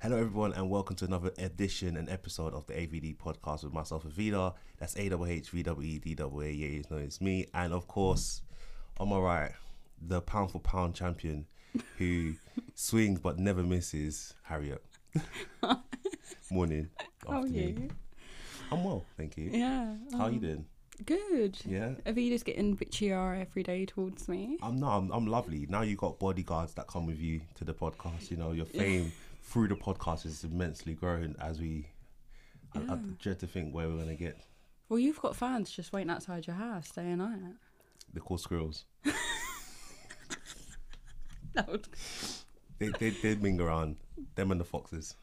Hello, everyone, and welcome to another edition and episode of the AVD podcast with myself, Avida. That's A W H V W E D W A. Yeah, you know it's me. And of course, on my right, the pound for pound champion who swings but never misses, Harriet. Morning. How are you? I'm well, thank you. Oh, Yeah. How are um, you doing? Good. Yeah. Avida's getting bitchier every day towards me. I'm not. I'm, I'm lovely. Now you got bodyguards that come with you to the podcast. You know your fame through the podcast is immensely growing. As we, I, I dread to think where we're gonna get Well, you've got fans just waiting outside your house day and night. the cool squirrels. That would They they they mingle around them and the foxes.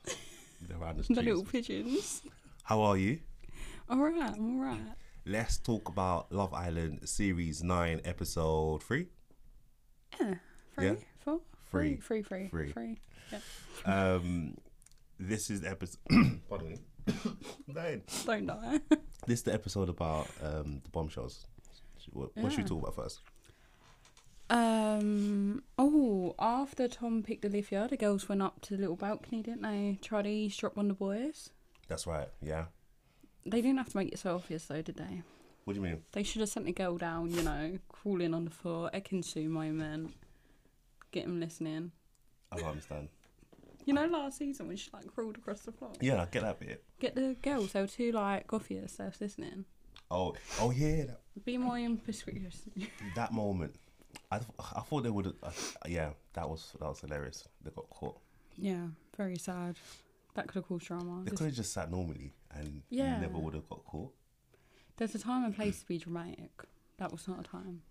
They're around the the little streets. pigeons. How are you? All right, I'm all right. Let's talk about Love Island series nine, episode three. Yeah. Three, Yeah. four, Free. three, three, Free. three. Yeah. Um, this is the episode. pardon me. Nine. Don't die. This is the episode about um the bombshells. What, what should we talk about first? um. Oh, after Tom picked Olivia, the girls went up to the little balcony, didn't they? Tried to eavesdrop on the boys. That's right. Yeah. They didn't have to make it so obvious, though, did they? What do you mean? They should have sent the girl down, you know, crawling on the floor, Ekinsu moment. Get him listening. I don't understand. You know, last season when she like crawled across the floor. Yeah, I get that bit. Get the girls, they were too like gothiest, they was listening. Oh, oh yeah, that, Be more inconspicuous. that moment. I, th- I thought they would. Uh, yeah, that was that was hilarious. They got caught. yeah, very sad. That could have caused drama. They There's- could have just sat normally and Yeah. never would have got caught. There's a time and place to be dramatic. That was not a time.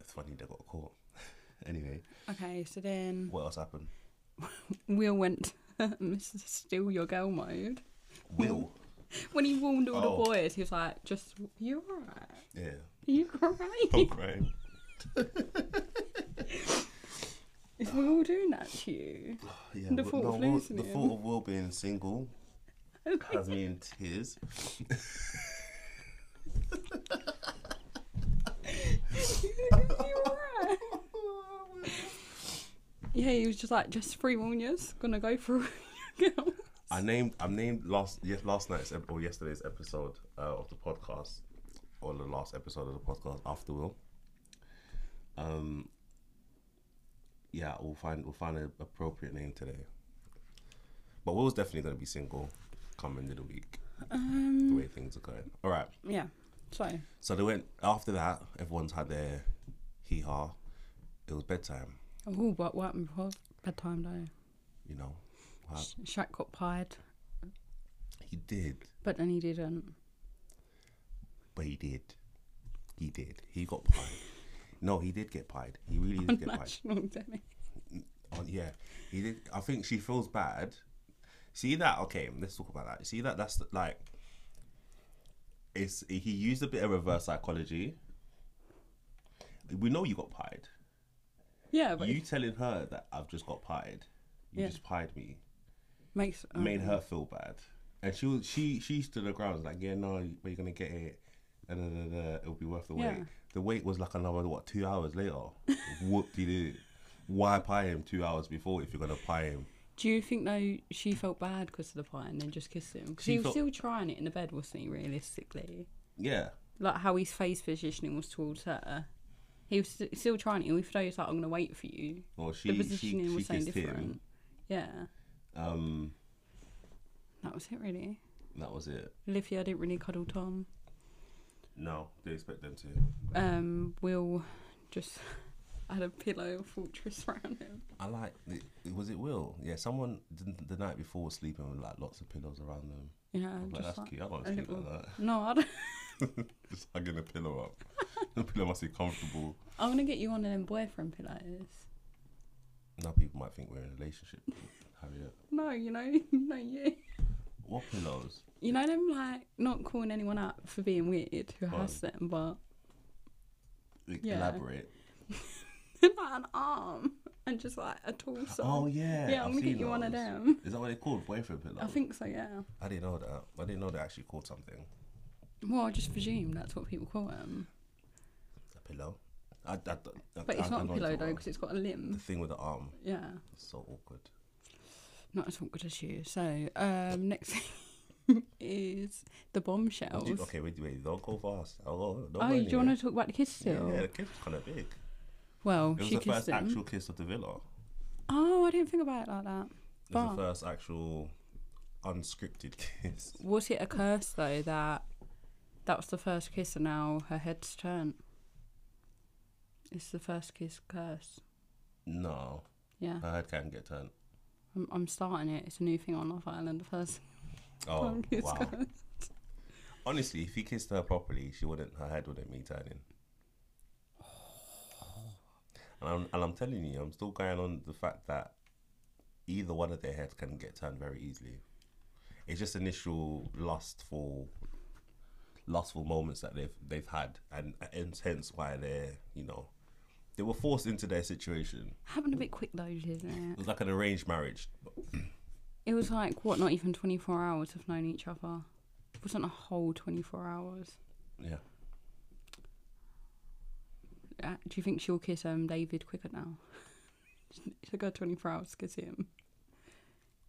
It's funny they got caught. anyway, Okay, so then what else happened? Will went Mr. Steal Your Girl mode. Will. When he warned Oh. all the boys, he was like, just, you alright? Yeah. Are you alright? I'm crying. Is we all doing that to you? Yeah, The Will- thought of Will- losing the him. thought of Will being single has me in tears. yeah, he was just like, just free warn yous, gonna go for your girl. I named I named last yes last night's ep- or yesterday's episode uh, of the podcast or the last episode of the podcast after Will. Um. Yeah, we'll find we'll find an appropriate name today. But Will's definitely going to be single come into the week. the way things are going. All right. Um, Yeah, so So they went after that. Everyone's had their hee haw. It was bedtime. Oh, what what happened before bedtime though? You know, Wow. Shaq got pied, he did, but then he didn't. but he did, he did. He got pied. no, he did get pied. He really did get pied. National day. On, yeah, he did. I think she feels bad. See that? Okay, let's talk about that. See that? That's the- like, it's he used a bit of reverse psychology. We know you got pied. Yeah, but You it telling her that I've just got pied. You Yeah. just pied me. makes uh, made her feel bad, and she was she she stood her ground was like, yeah, no, but you're gonna get it, and da, da, da, it'll be worth the Yeah. wait. The wait was like another what two hours later. Whoop de doo. Why pie him two hours before if you're gonna pie him? Do you think though she felt bad because of the pie and then just kissed him? Because She he was felt- still trying it in the bed, wasn't he? Realistically, Yeah, like how his face positioning was towards her. He was st- still trying it, even though he was like, "I'm gonna wait for you." or the she she, positioning she was so kissed different. him. Yeah, Um, that was it really. that was it. Olivia didn't really cuddle Tom. No, they expect them to. Um, Will just had a pillow fortress around him. I like. The, was it Will? Yeah, someone the, the night before was sleeping with like lots of pillows around them. Yeah, I was like, Oh, just that's like cute. I don't a sleep little- like that. No, I don't. Just hugging the pillow up. the pillow must be comfortable. I'm gonna get you one of them boyfriend pillows. Now people might think we're in a relationship, Harriet. No, you know, no, you. What pillows? You know them like not calling anyone out for being weird who has them, but Like, Yeah. Elaborate. like an arm and just like a torso. Oh yeah. yeah, I'm I've gonna get seen you one of those. them. Is that what they called? Boyfriend pillows. I think so. Yeah. I didn't know that. I didn't know they actually called something Well, I just presume that's what people call them. a pillow. I, I, I, But I it's don't not a know pillow what though, it because it's got a was. limb. The thing with the arm. Yeah. It's so awkward. Not as awkward as you. So, um, next thing is the bombshells. Do- okay, wait, wait, don't go fast. I'll go. Don't go oh, do you anywhere. want to talk about the kiss still? Yeah, the kiss was kind of big. Well, It was she the kissed first him. actual kiss of the villa. Oh, I didn't think about it like that. It was Bah. the first actual unscripted kiss. Was it a curse though that that was the first kiss and now her head's turned? It's the first kiss curse. No, Yeah, her head can't get turned. I'm, I'm starting it. It's a new thing on Love Island. The first Oh kiss wow! curse. Honestly, if he kissed her properly, she wouldn't. Her head wouldn't be turning. And I'm, and I'm telling you, I'm still going on the fact that either one of their heads can get turned very easily. It's just initial lustful, lustful moments that they've they've had, and, and hence why they're you know they were forced into their situation. Happened a bit quick though, didn't It it? was like an arranged marriage. It was like what, not even 24 hours of knowing each other. It wasn't a whole 24 hours. Yeah, Uh, do you think she'll kiss um David quicker now? She'll go 24 hours to kiss him.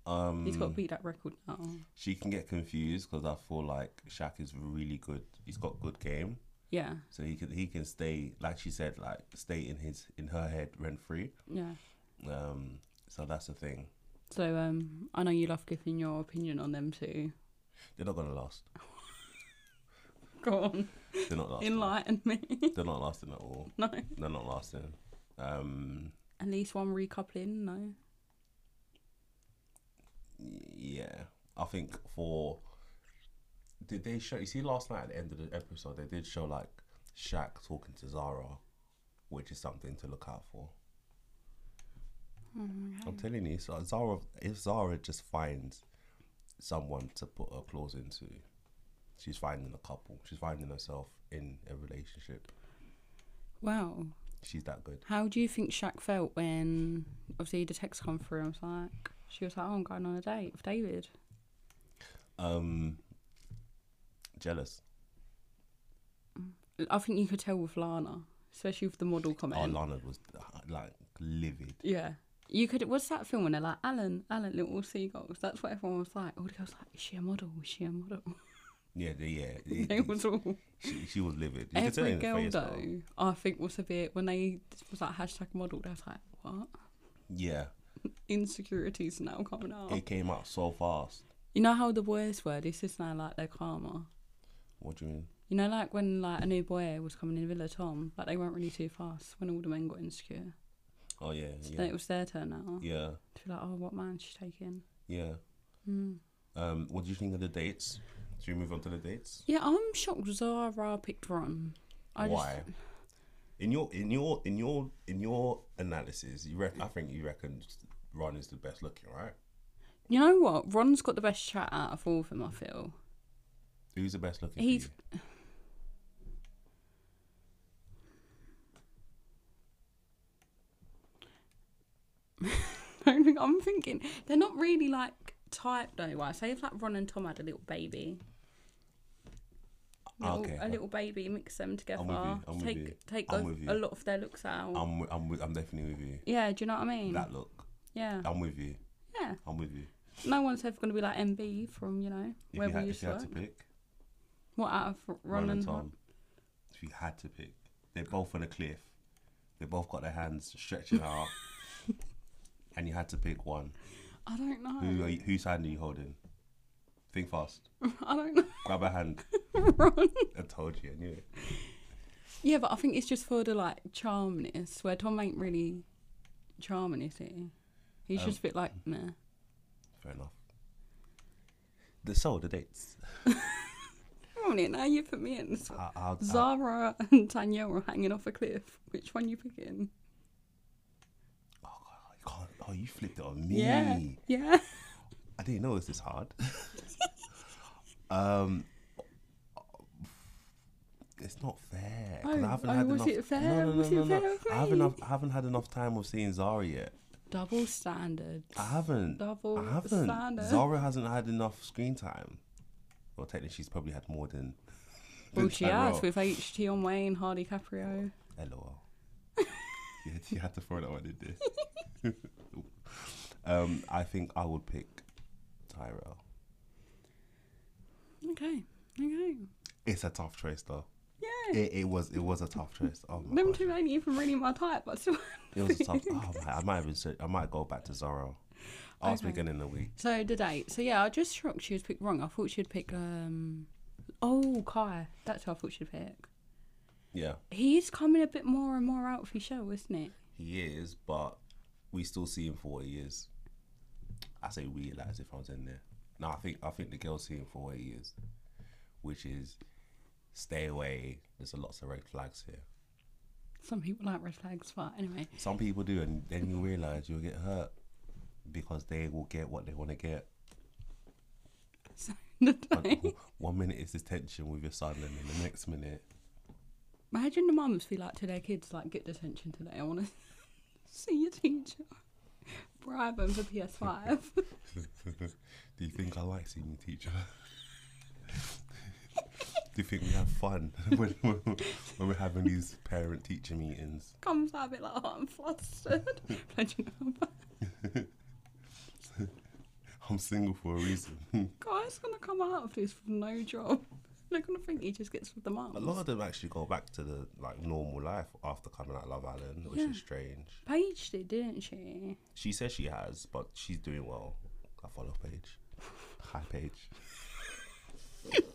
um, He's got to beat that record now. she can get confused because I feel like Shaq is really good. He's got good game. Yeah, so he can he can stay like she said like stay in his in her head rent free yeah. um so that's the thing So um, I know you love giving your opinion on them too. they're not gonna last Go on, they're not lasting enlighten me. they're not lasting at all no, they're not lasting um at least one recoupling. No, yeah i think for did they show you see last night at the end of the episode they did show like Shaq talking to Zara which is something to look out for I'm telling you, so Zara, if Zara just finds someone to put her claws into, she's finding a couple. She's finding herself in a relationship. wow. She's that good. How do you think Shaq felt when obviously the text come through? I was like, she was like, oh, I'm going on a date with David. Um, jealous. I think you could tell with Lana, especially with the model comment. Our Oh, Lana was like livid. Yeah. You could. What's that film when they're like Alan, Alan, little seagulls? That's what everyone was like. All the girls like, is she a model? Is she a model? Yeah, the- yeah. They it- was all. she, she was livid. You could tell Every in the girl face, though, though. I think was a bit when they was like hashtag model. They was like, what? Yeah, Insecurities now coming out. it came out so fast. You know how the boys were. This is now like their karma. What do you mean? You know, like when like a new boy was coming in Villa Tom, like they weren't really too fast when all the men got insecure. Oh yeah, Then yeah, it was their turn now yeah, to be like, oh, what man she's taking? yeah. Hmm. Um, what do you think of the dates? Should we move on to the dates? Yeah, I'm shocked Zara picked Ron. I just- Why? In your in your in your in your analysis, you reckon I think you reckon Ron is the best looking, right? You know what? Ron's got the best chat out of all of them, I feel. Who's the best looking? He's- for you? I think- I'm thinking they're not really like type though. Why? Say if like Ron and Tom had a little baby. Ah, Little- okay. A little baby, mix them together. with you, I'm with take you, take I'm a, with you. a lot of their looks out. I'm wi- I'm wi- I'm definitely with you. yeah, do you know what I mean? That look, yeah, I'm with you. yeah. I'm with you. No one's ever going to be like MB from you know If where you we had, if used you to had to work. pick What out of Ron, Ron and and Tom, if you had to pick, they're both on a cliff. They both got their hands stretching out, and you had to pick one. I don't Who know. are you, whose hand are you holding? Think fast. I don't know. Grab a hand. I told you. I knew it. Yeah, but I think it's just for the like charmness, where Tom ain't really charming, is he? He's Um, just a bit like meh. Fair enough. The so the dates. Come on, in, now you put me in. This one. How, how, how, Zara and Danielle are hanging off a cliff. Which one you picking? oh, God, you can't, oh, you flipped it on me. Yeah, yeah. I didn't know it was this hard. um, it's not fair. 'cause Oh, I haven't oh, had was enough. it fair? No, no, no, Was it no, no. fair of I haven't, me? have, I haven't had enough time of seeing Zara yet. Double standards. I haven't. Double I haven't. standard. Zara hasn't had enough screen time. Well, technically, she's probably had more than. Well, than she Tyrell. has with HT on Wayne, Hardy Caprio. LOL. you, had, you had to throw that one in there. Um, I think I would pick Tyrell. Okay. Okay. It's a tough choice though. Yeah. It, it was it was a tough choice. Oh my Them gosh. two ain't even really my type. But still. It was a tough. Oh my, I might have been. I might go back to Zorro. I was thinking in the week. So the date. So yeah, I just shocked she was picked wrong. I thought she'd pick. um Oh, Kai. That's who I thought she'd pick. Yeah, He's coming a bit more and more out for his show, isn't it? he is, but we still see him for what he is. I say we like as if I was in there. No, I think I think the girls see him for what he is, which is stay away. There's a lots of red flags here. Some people like red flags, but anyway. Some people do, and then you realize you'll get hurt because they will get what they want to get. So the date. One- One minute it's this tension with your son, and then the next minute Imagine the mums be like to their kids, like, get detention today. I want to see your teacher. Bribe them for PS5. Do you think I like seeing you, teacher? Do you think we have fun when, when, when we're having these parent teacher meetings? Comes out a bit like, oh, I'm flustered. Pledging number. I'm single for a reason. Guy's gonna come out of this with no job. They're gonna think he just gets with the a mum. lot of them actually go back to the like normal life after coming out of Love Island, which is strange. Paige did, didn't she? She says she has, but she's doing well. I follow Paige. Hi, Paige.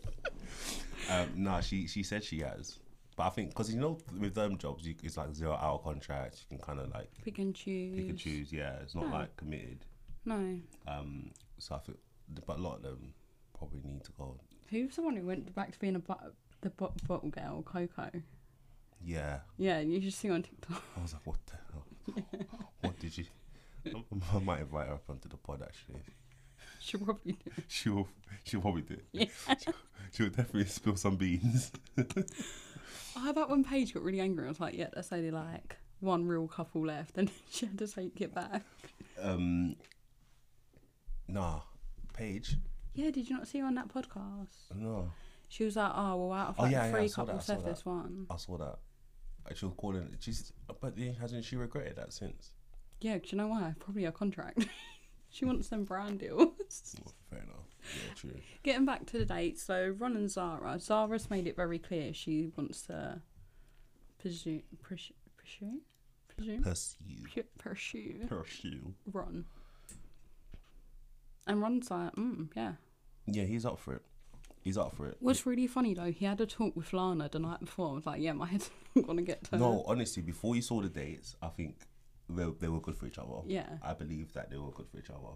um, no, she she said she has, but I think because you know with them jobs, you, it's like zero hour contracts. You can kind of like Pick and choose. pick and choose. Yeah, it's not No. like committed. No. Um, so I think, but a lot of them probably need to go. Who's the one who went back to being a but- the bo- bottle girl, Coco? Yeah, Yeah, you should see on TikTok. I was like, what the hell? what did you? I might invite her up onto the pod actually. She probably did. She'll she'll probably do. it. Yeah. She'll, she'll definitely spill some beans. How about when Oh, Paige got really angry? I was like, yeah, that's only like one real couple left, and she had to take it back. Um, nah, Paige. Yeah, did you not see her on that podcast? No, She was like, oh, well, out of Oh, like yeah, the yeah, I three saw that, I couples saw left, that. there's one. I saw that. Uh, She was calling. She's, but then hasn't she regretted that since? Yeah, 'cause you know why? Probably her contract. she wants them brand deals. Well, fair enough. Yeah, true. Getting back to the date, so Ron and Zara. Zara's made it very clear she wants to pursue, pursue, pursue, pursue, Pursue. pu- pursue Pursue. Ron. And Ron's like, mm, yeah. Yeah, he's up for it. He's up for it. What's really funny though, he had a talk with Lana the night before. I was like, yeah, my head's not gonna get to No, honestly, before you saw the dates, I think they, they were good for each other. Yeah. I believe that they were good for each other.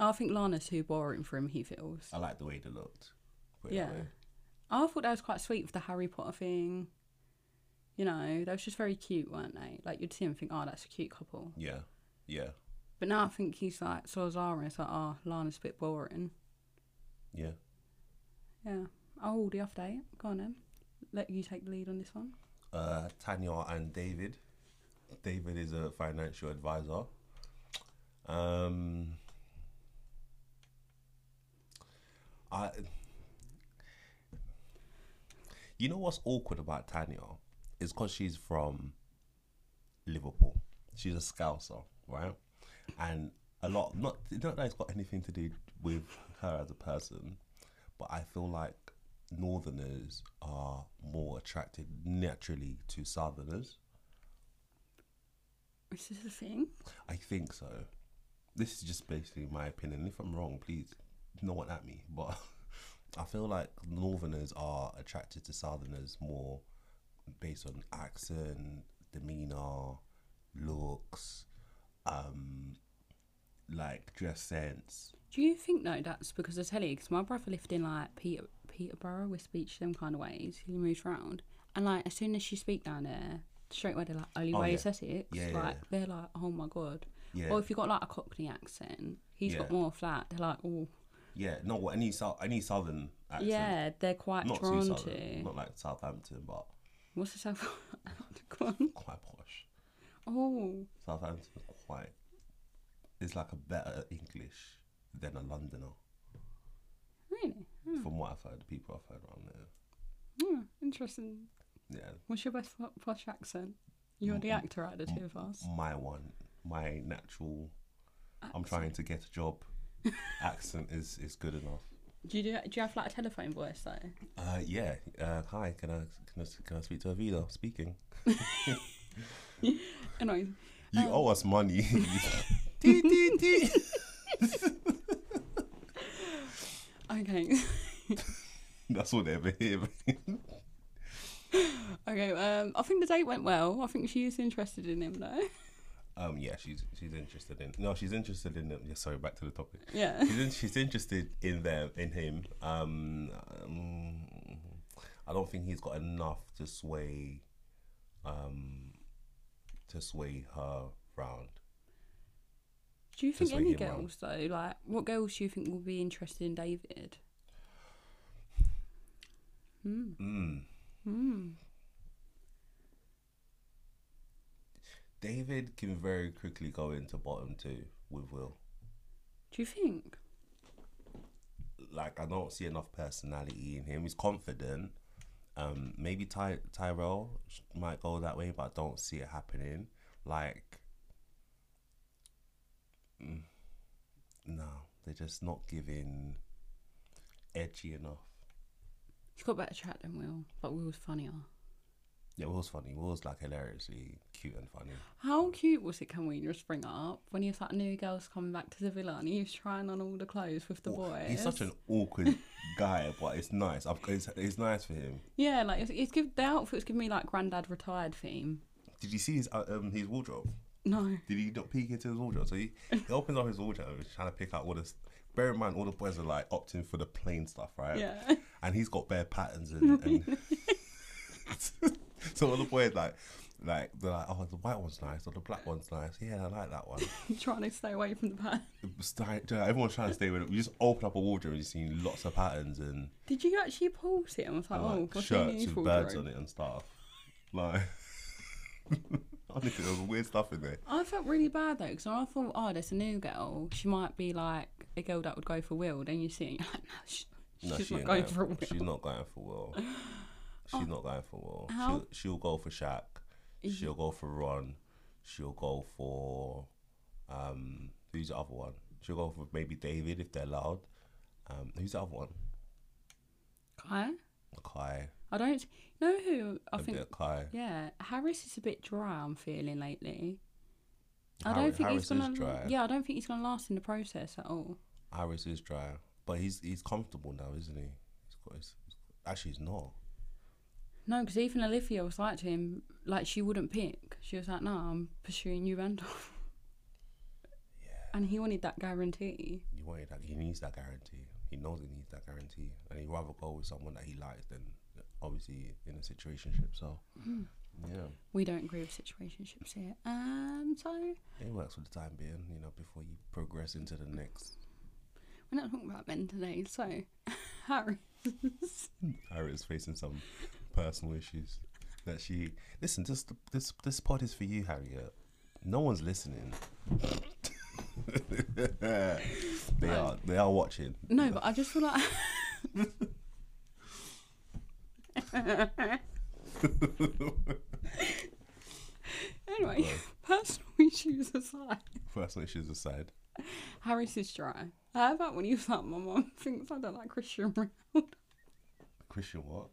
I think Lana's too boring for him. He feels. I like the way they looked. put it that yeah. way. I thought that was quite sweet with the Harry Potter thing. You know, they was just very cute, weren't they? Like you'd see him and think, oh, that's a cute couple. Yeah. Yeah. But now I think he's like saw Zara and it's like, oh, Lana's a bit boring. Yeah. Yeah. Oh, the update. Go on then. Let you take the lead on this one. uh, Tanya and David. David is a financial advisor. Um, I, you know what's awkward about Tanya is because she's from Liverpool. She's a Scouser, right? And a lot, not not that it's got anything to do with her as a person, but I feel like Northerners are more attracted naturally to Southerners. Is this a thing? I think so. This is just basically my opinion. If I'm wrong, please no one at me. But I feel like Northerners are attracted to Southerners more based on accent, demeanor, looks, um, like dress sense. Do you think though that's because of telly? Because my brother lived in like Peter Peterborough, with speech them kind of ways. He moves round, and like as soon as she speak down there, straight away they're like, "Only Oh, way yeah. is Essex." Yeah, yeah, like yeah. they're like, "Oh my god." Yeah. Or if you got like a Cockney accent, he's got Yeah. more flat. They're like, "Oh, Yeah, no, any South, any Southern accent. yeah." They're quite not too drawn Southern, to. not like Southampton, but What's the South? Go on. quite posh. Oh, Southampton is quite. It's like a better English than a Londoner, really? from what I've heard. People I've heard around there. Hmm, interesting. Yeah, What's your best fo- posh accent? You're the actor out of the two of us. my one, my natural I'm trying to get a job. Accent is, is good enough. Do you do, do you have like a telephone voice though? Uh, yeah. Uh, hi. Can I can I, can I speak to Avila? Speaking. Anyway, You owe us money. Oh. Dee, dee, dee. okay, That's what they ever hear. okay. Um, I think the date went well. I think she is interested in him though. um, yeah. She's she's interested in. No, she's interested in. um, Yeah, sorry. Back to the topic. Yeah. She's, in, she's interested in them in him. Um, um, I don't think he's got enough to sway, um, to sway her round. Do you think Just wait any him out. girls though, like what girls do you think will be interested in David? Hmm. Mm. Hmm. David can very quickly go into bottom two with Will. Do you think? like I don't see enough personality in him. He's confident. Um, maybe Ty- Tyrell sh- might go that way, but I don't see it happening. Like, mm, no, they're just not giving edgy enough. He's got better chat than Will, but Will's funnier. Yeah, Will's funny. Will's like hilariously cute and funny. How cute was it? Can we just bring it up when he was like new girls coming back to the villa and he was trying on all the clothes with the boys? He's such an awkward guy, but it's nice. I've, it's, it's nice for him. yeah, like it's, it's give the outfits give me like granddad retired theme. Did you see his uh, um, his wardrobe? No, Did he not peek into his wardrobe? So he, he opens up his wardrobe and he's trying to pick out all this. Bear in mind, all the boys are like opting for the plain stuff, right? yeah, And he's got bare patterns and. and so all the boys like, like they're like, oh, the white one's nice or the black one's nice. Yeah, I like that one. trying to stay away from the pattern. Start- Everyone's trying to stay with it. We just open up a wardrobe and you see lots of patterns and Did you actually pause it? I was like, oh, like, what's in shirts his with birds wardrobe? on it and stuff. Like, honestly, there was weird stuff in there. I felt really bad though because I thought, oh, there's a new girl. She might be like a girl that would go for Will. Then you see, it and you're like, no, she, No, she's she not ain't going for Will. She's not going for Will. She's not going for Will. How- She'll, she'll go for Shaq. She'll go for Ron. She'll go for um who's the other one? She'll go for maybe David if they're allowed. Um who's the other one? Kai, Kai. I don't know who. I A think, bit of Kai. yeah, Harris is a bit dry. I'm feeling lately. I Harri- don't think Harris he's gonna. is dry. Yeah, I don't think he's gonna last in the process at all. Harris is dry. But he's he's comfortable now, isn't he? He's got his, actually he's not. No, because even Olivia was like to him, like she wouldn't pick. She was like, no, I'm pursuing you, Randolph. Yeah. And he wanted that guarantee. He wanted that he needs that guarantee. He knows he needs that guarantee. And he'd rather go with someone that he likes than obviously in a situationship, so Hmm. yeah. We don't agree with situationships here. Um, so It works for the time being, you know, before you progress into the next. We're not talking about men today, so Harry. Harriet's facing some personal issues that she. Listen, this this this pod is for you, Harriet. No one's listening. they are they are watching. No, but I just feel like anyway, personal issues aside, Personal issues aside. Harry's is dry. How about when he was like, "My mum thinks I don't like Christian Ronaldo." Christian, what?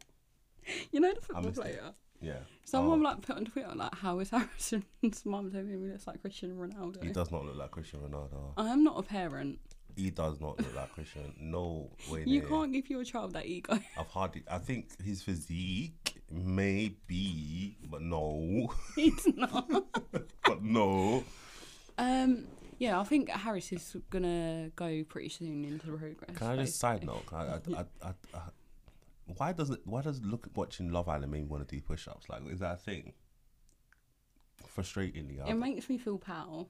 You know the football missed it. player. Yeah. Someone Oh, like put on Twitter like, "How is Harrison's mum telling him he looks like Christian He Ronaldo?" does not look like Christian Ronaldo. I am not a parent. He does not look like Christian. No way. You near. can't give your child that ego. I've hardly. I think his physique, maybe, but no, He's not. but no. Um, yeah, I think Harris is gonna go pretty soon into the progress. Can I just phase. side note? Can I, I, I, I, I, why does it? Why does look watching Love Island make me want to do push-ups? Like, is that a thing? Frustratingly, It I, makes me feel pal.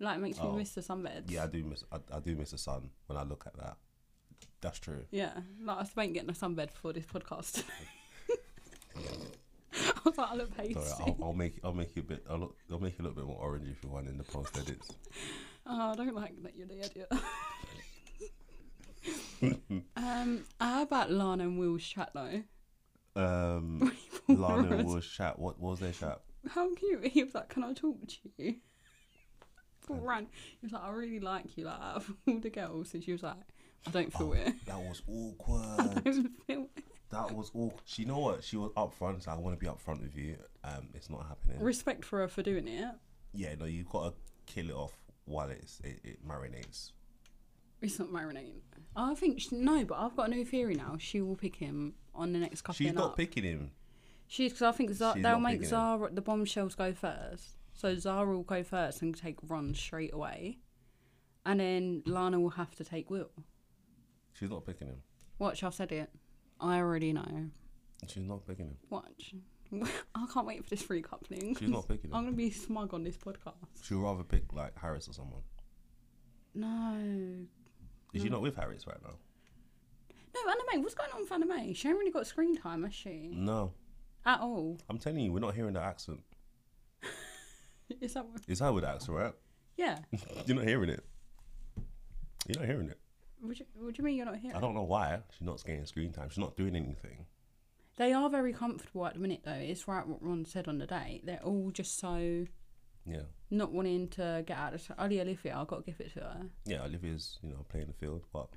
Like it makes Oh. me miss the sunbeds. yeah, I do miss. I, I do miss the sun when I look at that. That's true. Yeah. Like I still ain't getting a sunbed before this podcast. I was like, I look pasty. Sorry, I'll, I'll make I'll make you a bit. I'll, look, I'll make you a little bit more orange if you want in the post edits. Oh, I don't like that you're the idiot. um, how about Lana and Will's chat though? Um, Lana was chat. What, what was their chat? How cute he was like, Can I talk to you? Oh. called Ran. He was like, I really like you, like, out of all the girls. And she was like, I don't feel it. That was awkward. I don't feel it. that was awkward. She know what? She was upfront. So I want to be upfront with you. Um, it's not happening. Respect for her for doing it. yeah, no, you gotta kill it off while it's it, it marinates. It's not marinating. I think, she, no, but I've got a new theory now. She will pick him on the next couple She's of not up. picking him. She's because I think Zara, She's they'll not eh? make picking him. Zara the bombshells go first, so Zara will go first and take Ron straight away, and then Lana will have to take Will. She's not picking him. Watch, I've said it. I already know. She's not picking him. Watch. I can't wait for this recoupling. She's not eh? picking I'm him. gonna be smug on this podcast. She'd rather pick like Harris or someone. No. Is Mm. she not with Harris right now? No, anime. What's going on with anime? She ain't really got screen time, has she? No. At all. I'm telling you, we're not hearing the accent. Is that what? It's her with the accent, right? Yeah. You're not hearing it. You're not hearing it. What do, you, what do you mean you're not here? I don't know why she's not getting screen time. She's not doing anything. They are very comfortable at the minute, though. It's right what Ron said on the day. They're all just so Yeah. not wanting to get out of town. Only Olivia, I've got to give it to her. Yeah, Olivia's, you know, playing the field, but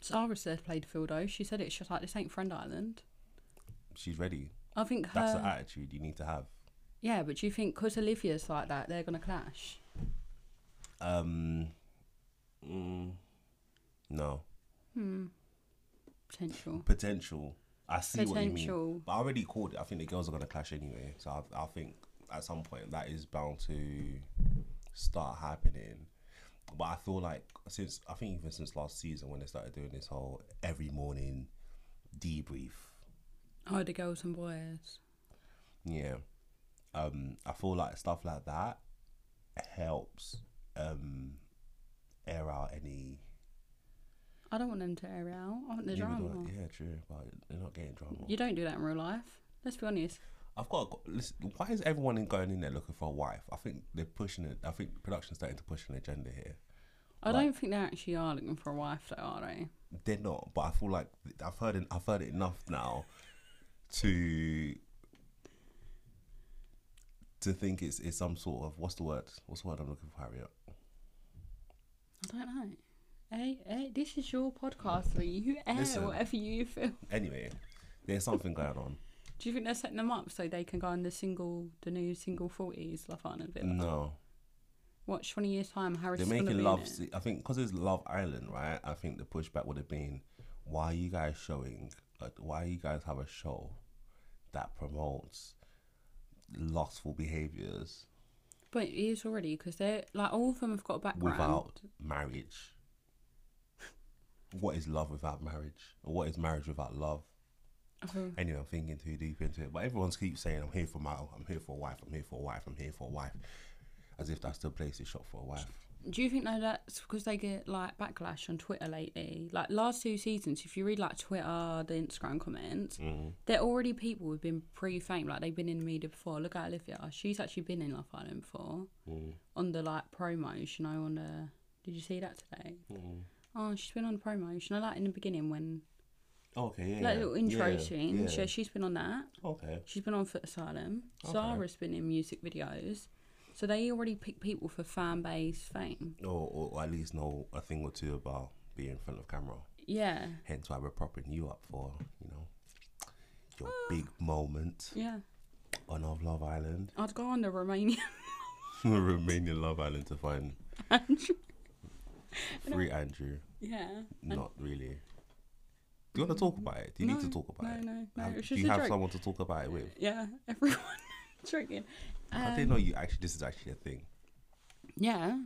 Sarah said played the field, though. She said it's just like, this ain't Friend Island. she's ready. I think her. That's the attitude you need to have. yeah, but do you think because Olivia's like that, they're going to clash? Um mm, No. Potential. Potential. I see what you Potential. mean. But I already called it. I think the girls are gonna clash anyway. So I, I think at some point that is bound to start happening. But I feel like since I think even since last season when they started doing this whole every morning debrief Oh, the girls and boys. Yeah. Um, I feel like stuff like that helps um air out any I don't want them to air it out. I want the You would drama. like- yeah, true, but they're not getting drama. You don't do that in real life. Let's be honest. I've got a- listen, why is everyone in going in there looking for a wife? I think they're pushing it I think production's starting to push an agenda here. I Like- don't think they actually are looking for a wife, though, are they? They're not, but I feel like I've heard it, I've heard it enough now to to think it's it's some sort of what's the word? What's the word I'm looking for, Harriet? I don't know. Hey, hey, this is your podcast, Lee. You air Listen. whatever you feel. Anyway, there's something going on. Do you think they're setting them up so they can go on the single, the new single forties Love Island villa? No. Watch twenty years time, Harris. They're is gonna making be love. In it. se- I think because it's Love Island, right? I think the pushback would have been, why are you guys showing? Like, why you guys have a show that promotes lustful behaviors But it is already because they're like all of them have got a background. without marriage? What is love without marriage? Or what is marriage without love? Oh, Anyway, I'm thinking too deep into it. But everyone's keeps saying, "I'm here for my, I'm here for a wife, I'm here for a wife, I'm here for a wife," as if that's the place to shop for a wife. Do you think though that's because they get like backlash on Twitter lately? Like last two seasons, if you read like Twitter, the Instagram comments, Mm-hmm. they're already people who've been pre-fame. Like they've been in the media before. Look at Olivia; she's actually been in Love Island before Mm-hmm. on the like promos. You know, on the did you see that today? Mm-hmm. Oh, she's been on the promos. You know, like in the beginning when Oh, Okay, yeah, like yeah. little intro Yeah, scene. yeah. So she's been on that. Okay. She's been on Foot Asylum. Okay. Zara's been in music videos. So they already pick people for fan base fame. or, or, or at least know a thing or two about being in front of camera. Yeah. Hence why we're propping you up for, you know, your big moment Ah. Yeah. on of Love Island. I'd go on the Romanian. Romanian Love Island to find Andrew. free Andrew. yeah. Not really. Do you want to talk about it? Do you need to No, talk about no, it? no, no, Have- it's do just you a have joke. someone to talk about it with? Yeah. Everyone drinking. I Um, didn't know you actually. This is actually a thing. yeah.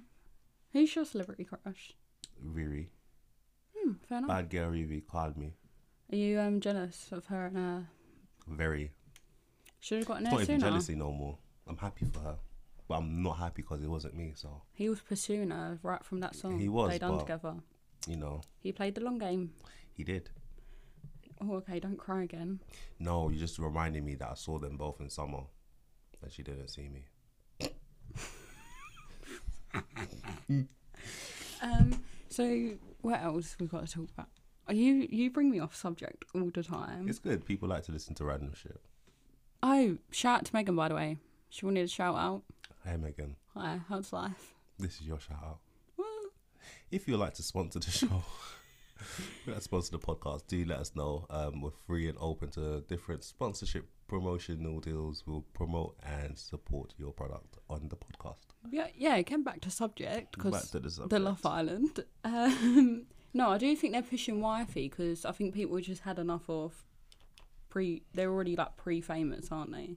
Who's your celebrity crush? Riri, Hmm, fair enough. bad girl Riri called me. Are you um jealous of her and her? Very. Should have gotten It's not her even sooner. jealousy no more. I'm happy for her, but I'm not happy because it wasn't me. So He was pursuing her right from that song He was, they done but- together. you know, He played the long game. he did. Oh, okay. Don't cry again. No, you just reminded me that I saw them both in summer, and she didn't see me. Um. So what else we got to talk about? Are you you bring me off subject all the time? It's good. People like to listen to random shit. Oh, shout out to Megan by the way. She wanted a shout out. Hey Megan, Hi, how's life? This is your shout out. Woo. If you would like to sponsor the show, if you'd like to sponsor the podcast, do let us know. Um, we're free and open to different sponsorship promotional deals. We'll promote and support your product on the podcast. Yeah, yeah. Again, back to subject Back because to the the subject. Love Island. Um, no, I do think they're pushing wifey because I think people just had enough of pre. They're already like pre-famous, aren't they?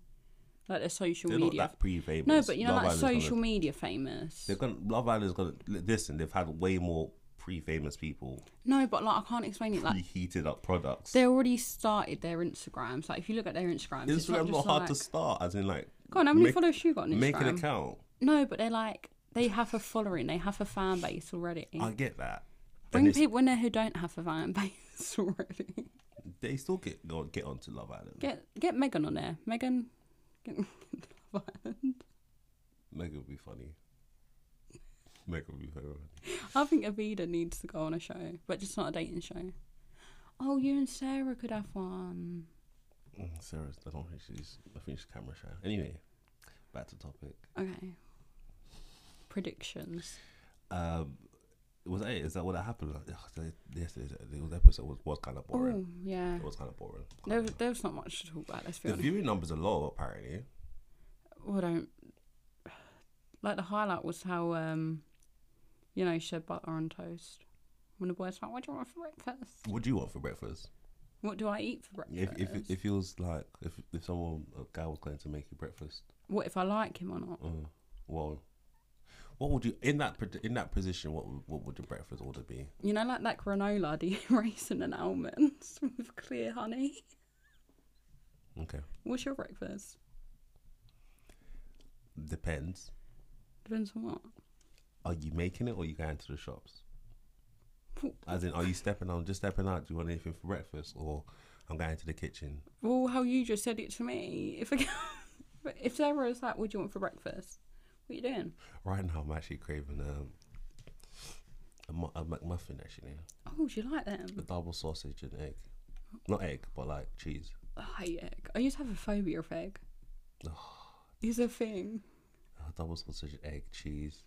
Like they're social They're media. not that pre-famous. no, but you know, Love like Island's gonna- social media famous. they're gonna Love Island's gonna listen. They've had way more pre-famous people No, but like I can't explain it. Like pre-heated up products. they already started their Instagrams. Like if you look at their Instagrams, it's not, Instagram's not just hard like, to start, as in like Go on, how many make- followers you got on Instagram? make an account. No, but they're like they have a following. They have a fan base already. I get that. Bring and it's- people in there who don't have a fan base already. they still get go, get onto Love Island. Get get Megan on there. Megan. Get, Love Island. Meg would be funny. Meg would be very funny. I think Avida needs to go on a show, but just not a dating show. Oh, you and Sarah could have one. Mm, Sarah's, I don't think she's, I think she's camera shy. Anyway, back to topic. Okay. Predictions. Um, was that it? Is that what that happened? Like, ugh, the- yesterday's the was episode was, was kind of boring. Oh yeah. It was kind of boring. There, was- there was not much to talk about. Let's be The honest. viewing numbers are low, apparently. Well, don't. Like the highlight was how um, you know, she said butter on toast. When the boy's like, "What do you want for breakfast? What do you want for breakfast? What do I eat for If breakfast? if it, it feels like if if someone a guy was going to make you breakfast, what if I like him or not? uh, well, what would you in that pred- in that position? What would- what would your breakfast order be? You know, like that granola, the raisin and almonds with clear honey. Okay, What's your breakfast? depends. Depends on what. Are you making it or are you going to the shops? As in, are you stepping out? Just stepping out. Do you want anything for breakfast, or I'm going to the kitchen? Well, how you just said it to me. If I, but if Sarah was like, "What do you want for breakfast?" What are you doing? Right now, I'm actually craving um, a, mu- a McMuffin. Actually, Oh, do you like them? a double sausage and egg. Not egg, but like cheese. Oh, egg. I used to have a phobia of egg. It's a thing. A double sausage, egg, cheese,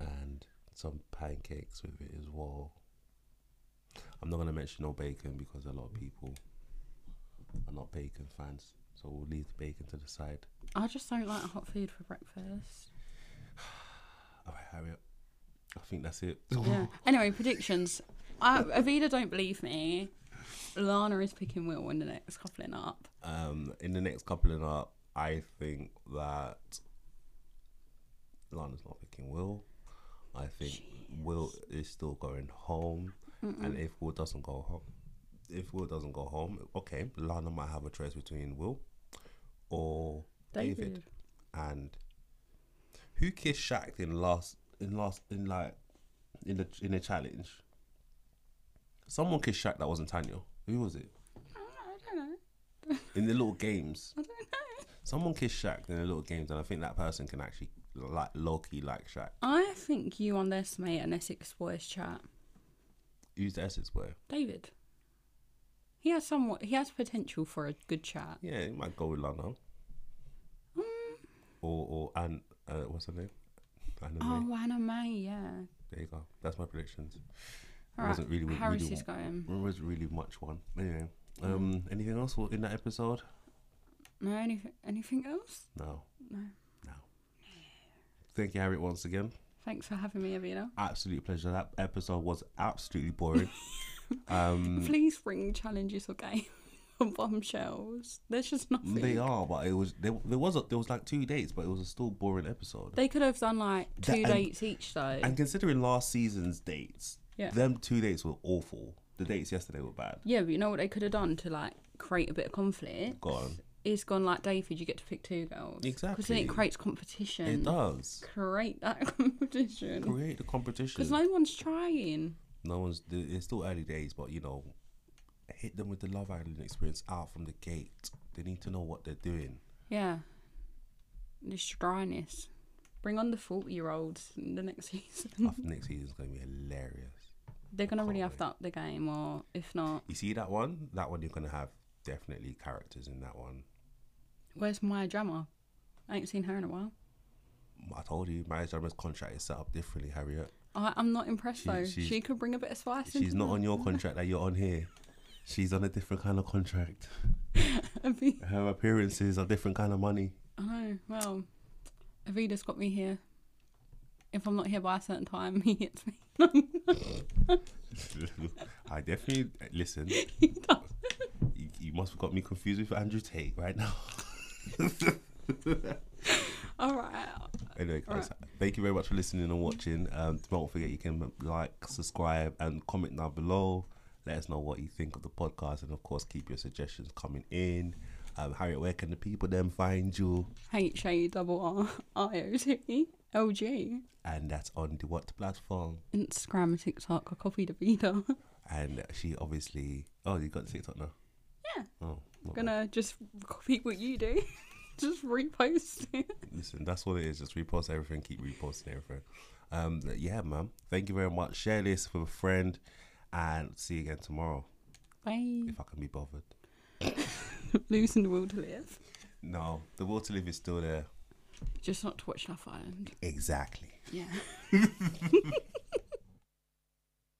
and some pancakes with it as well. I'm not gonna mention no bacon because a lot of people are not bacon fans, so we'll leave the bacon to the side. I just don't like hot food for breakfast. All right, Harriet. I think that's it. Yeah. anyway, predictions. I, Avida don't believe me. Lana is picking Will in the next coupling up. um, in the next coupling up, I think that Lana's not picking Will. I think Will is still going home, and if Will doesn't go home, if Will doesn't go home, okay, Lana might have a choice between Will or David. David. And who kissed Shaq in last in last in like in the in the challenge? Someone kissed Shaq that wasn't Tanya. Who was it? I don't know. I don't know. In the little games. I don't know. Someone kissed Shaq in the little games, and I think that person can actually like low key like Shaq. I think you underestimate an Essex boys chat. Use the Essex boy. David. He has somewhat. He has potential for a good chat. Yeah, it might go with Lana. Mm. Or or and uh, what's her name? Anna May. Oh, Anna May, yeah. There you go. That's my predictions. All It right. wasn't really, really, Harris really is going. There wasn't really much one. Anyway, um, anything else in that episode? No, anything, anything else? No, No. no. Thank you, Harriet, once again. Thanks for having me, Avina. Absolute pleasure. That episode was absolutely boring. um, Please bring challenges or game on bombshells. There's just nothing. They are, but it was there, there was a, there was like two dates, but it was a still boring episode. They could have done like two and- dates each though. And considering last season's dates, Yeah. them two dates were awful. The dates yesterday were bad. yeah, but you know what they could have done to like create a bit of conflict? Gone. It's gone like David, you get to pick two girls. Because then Exactly. it creates competition. It does Create that competition. create the Because competition. no one's trying. no one's. It's still early days, but you know, hit them with the Love Island experience out from the gate. They need to know what they're doing. Yeah. This dryness. Bring on the 40 year olds in the next season. I think next season's gonna be hilarious. They're going to Can't really have wait. to up the game, or if not, You see that one? That one you're gonna have definitely characters in that one. where's Maya Drama? I ain't seen her in a while. I told you, Marriage Dilemma's contract is set up differently, Harriet. I, I'm not impressed She- though. she's- She could bring a bit of spice. She's into not that. on your contract that you're on here. She's on a different kind of contract. Avi- Her appearances are different kind of money. I know. Well, Avida's got me here. If I'm not here by a certain time, he hits me. I definitely listen. You, you must have got me confused with Andrew Tate right now. All right. Anyway, guys, Alright. thank you very much for listening and watching. Um, don't forget you can like, subscribe, and comment down below. Let us know what you think of the podcast, and of course, keep your suggestions coming in. Um, Harriet, where can the people then find you? H A double R I O T L G. And that's on the what platform? Instagram, TikTok, I copied Avida. And she obviously. Oh, you got the TikTok now. Yeah. Oh, not bad. Gonna just copy what you do. just repost it. Listen, that's what it is. Just repost everything. Keep reposting everything. Um, yeah, man. Thank you very much. Share this with a friend, and see you again tomorrow Bye. if I can be bothered. Losing the will to live. No, the will to live is still there. Just not to watch Love Island. Exactly. Yeah.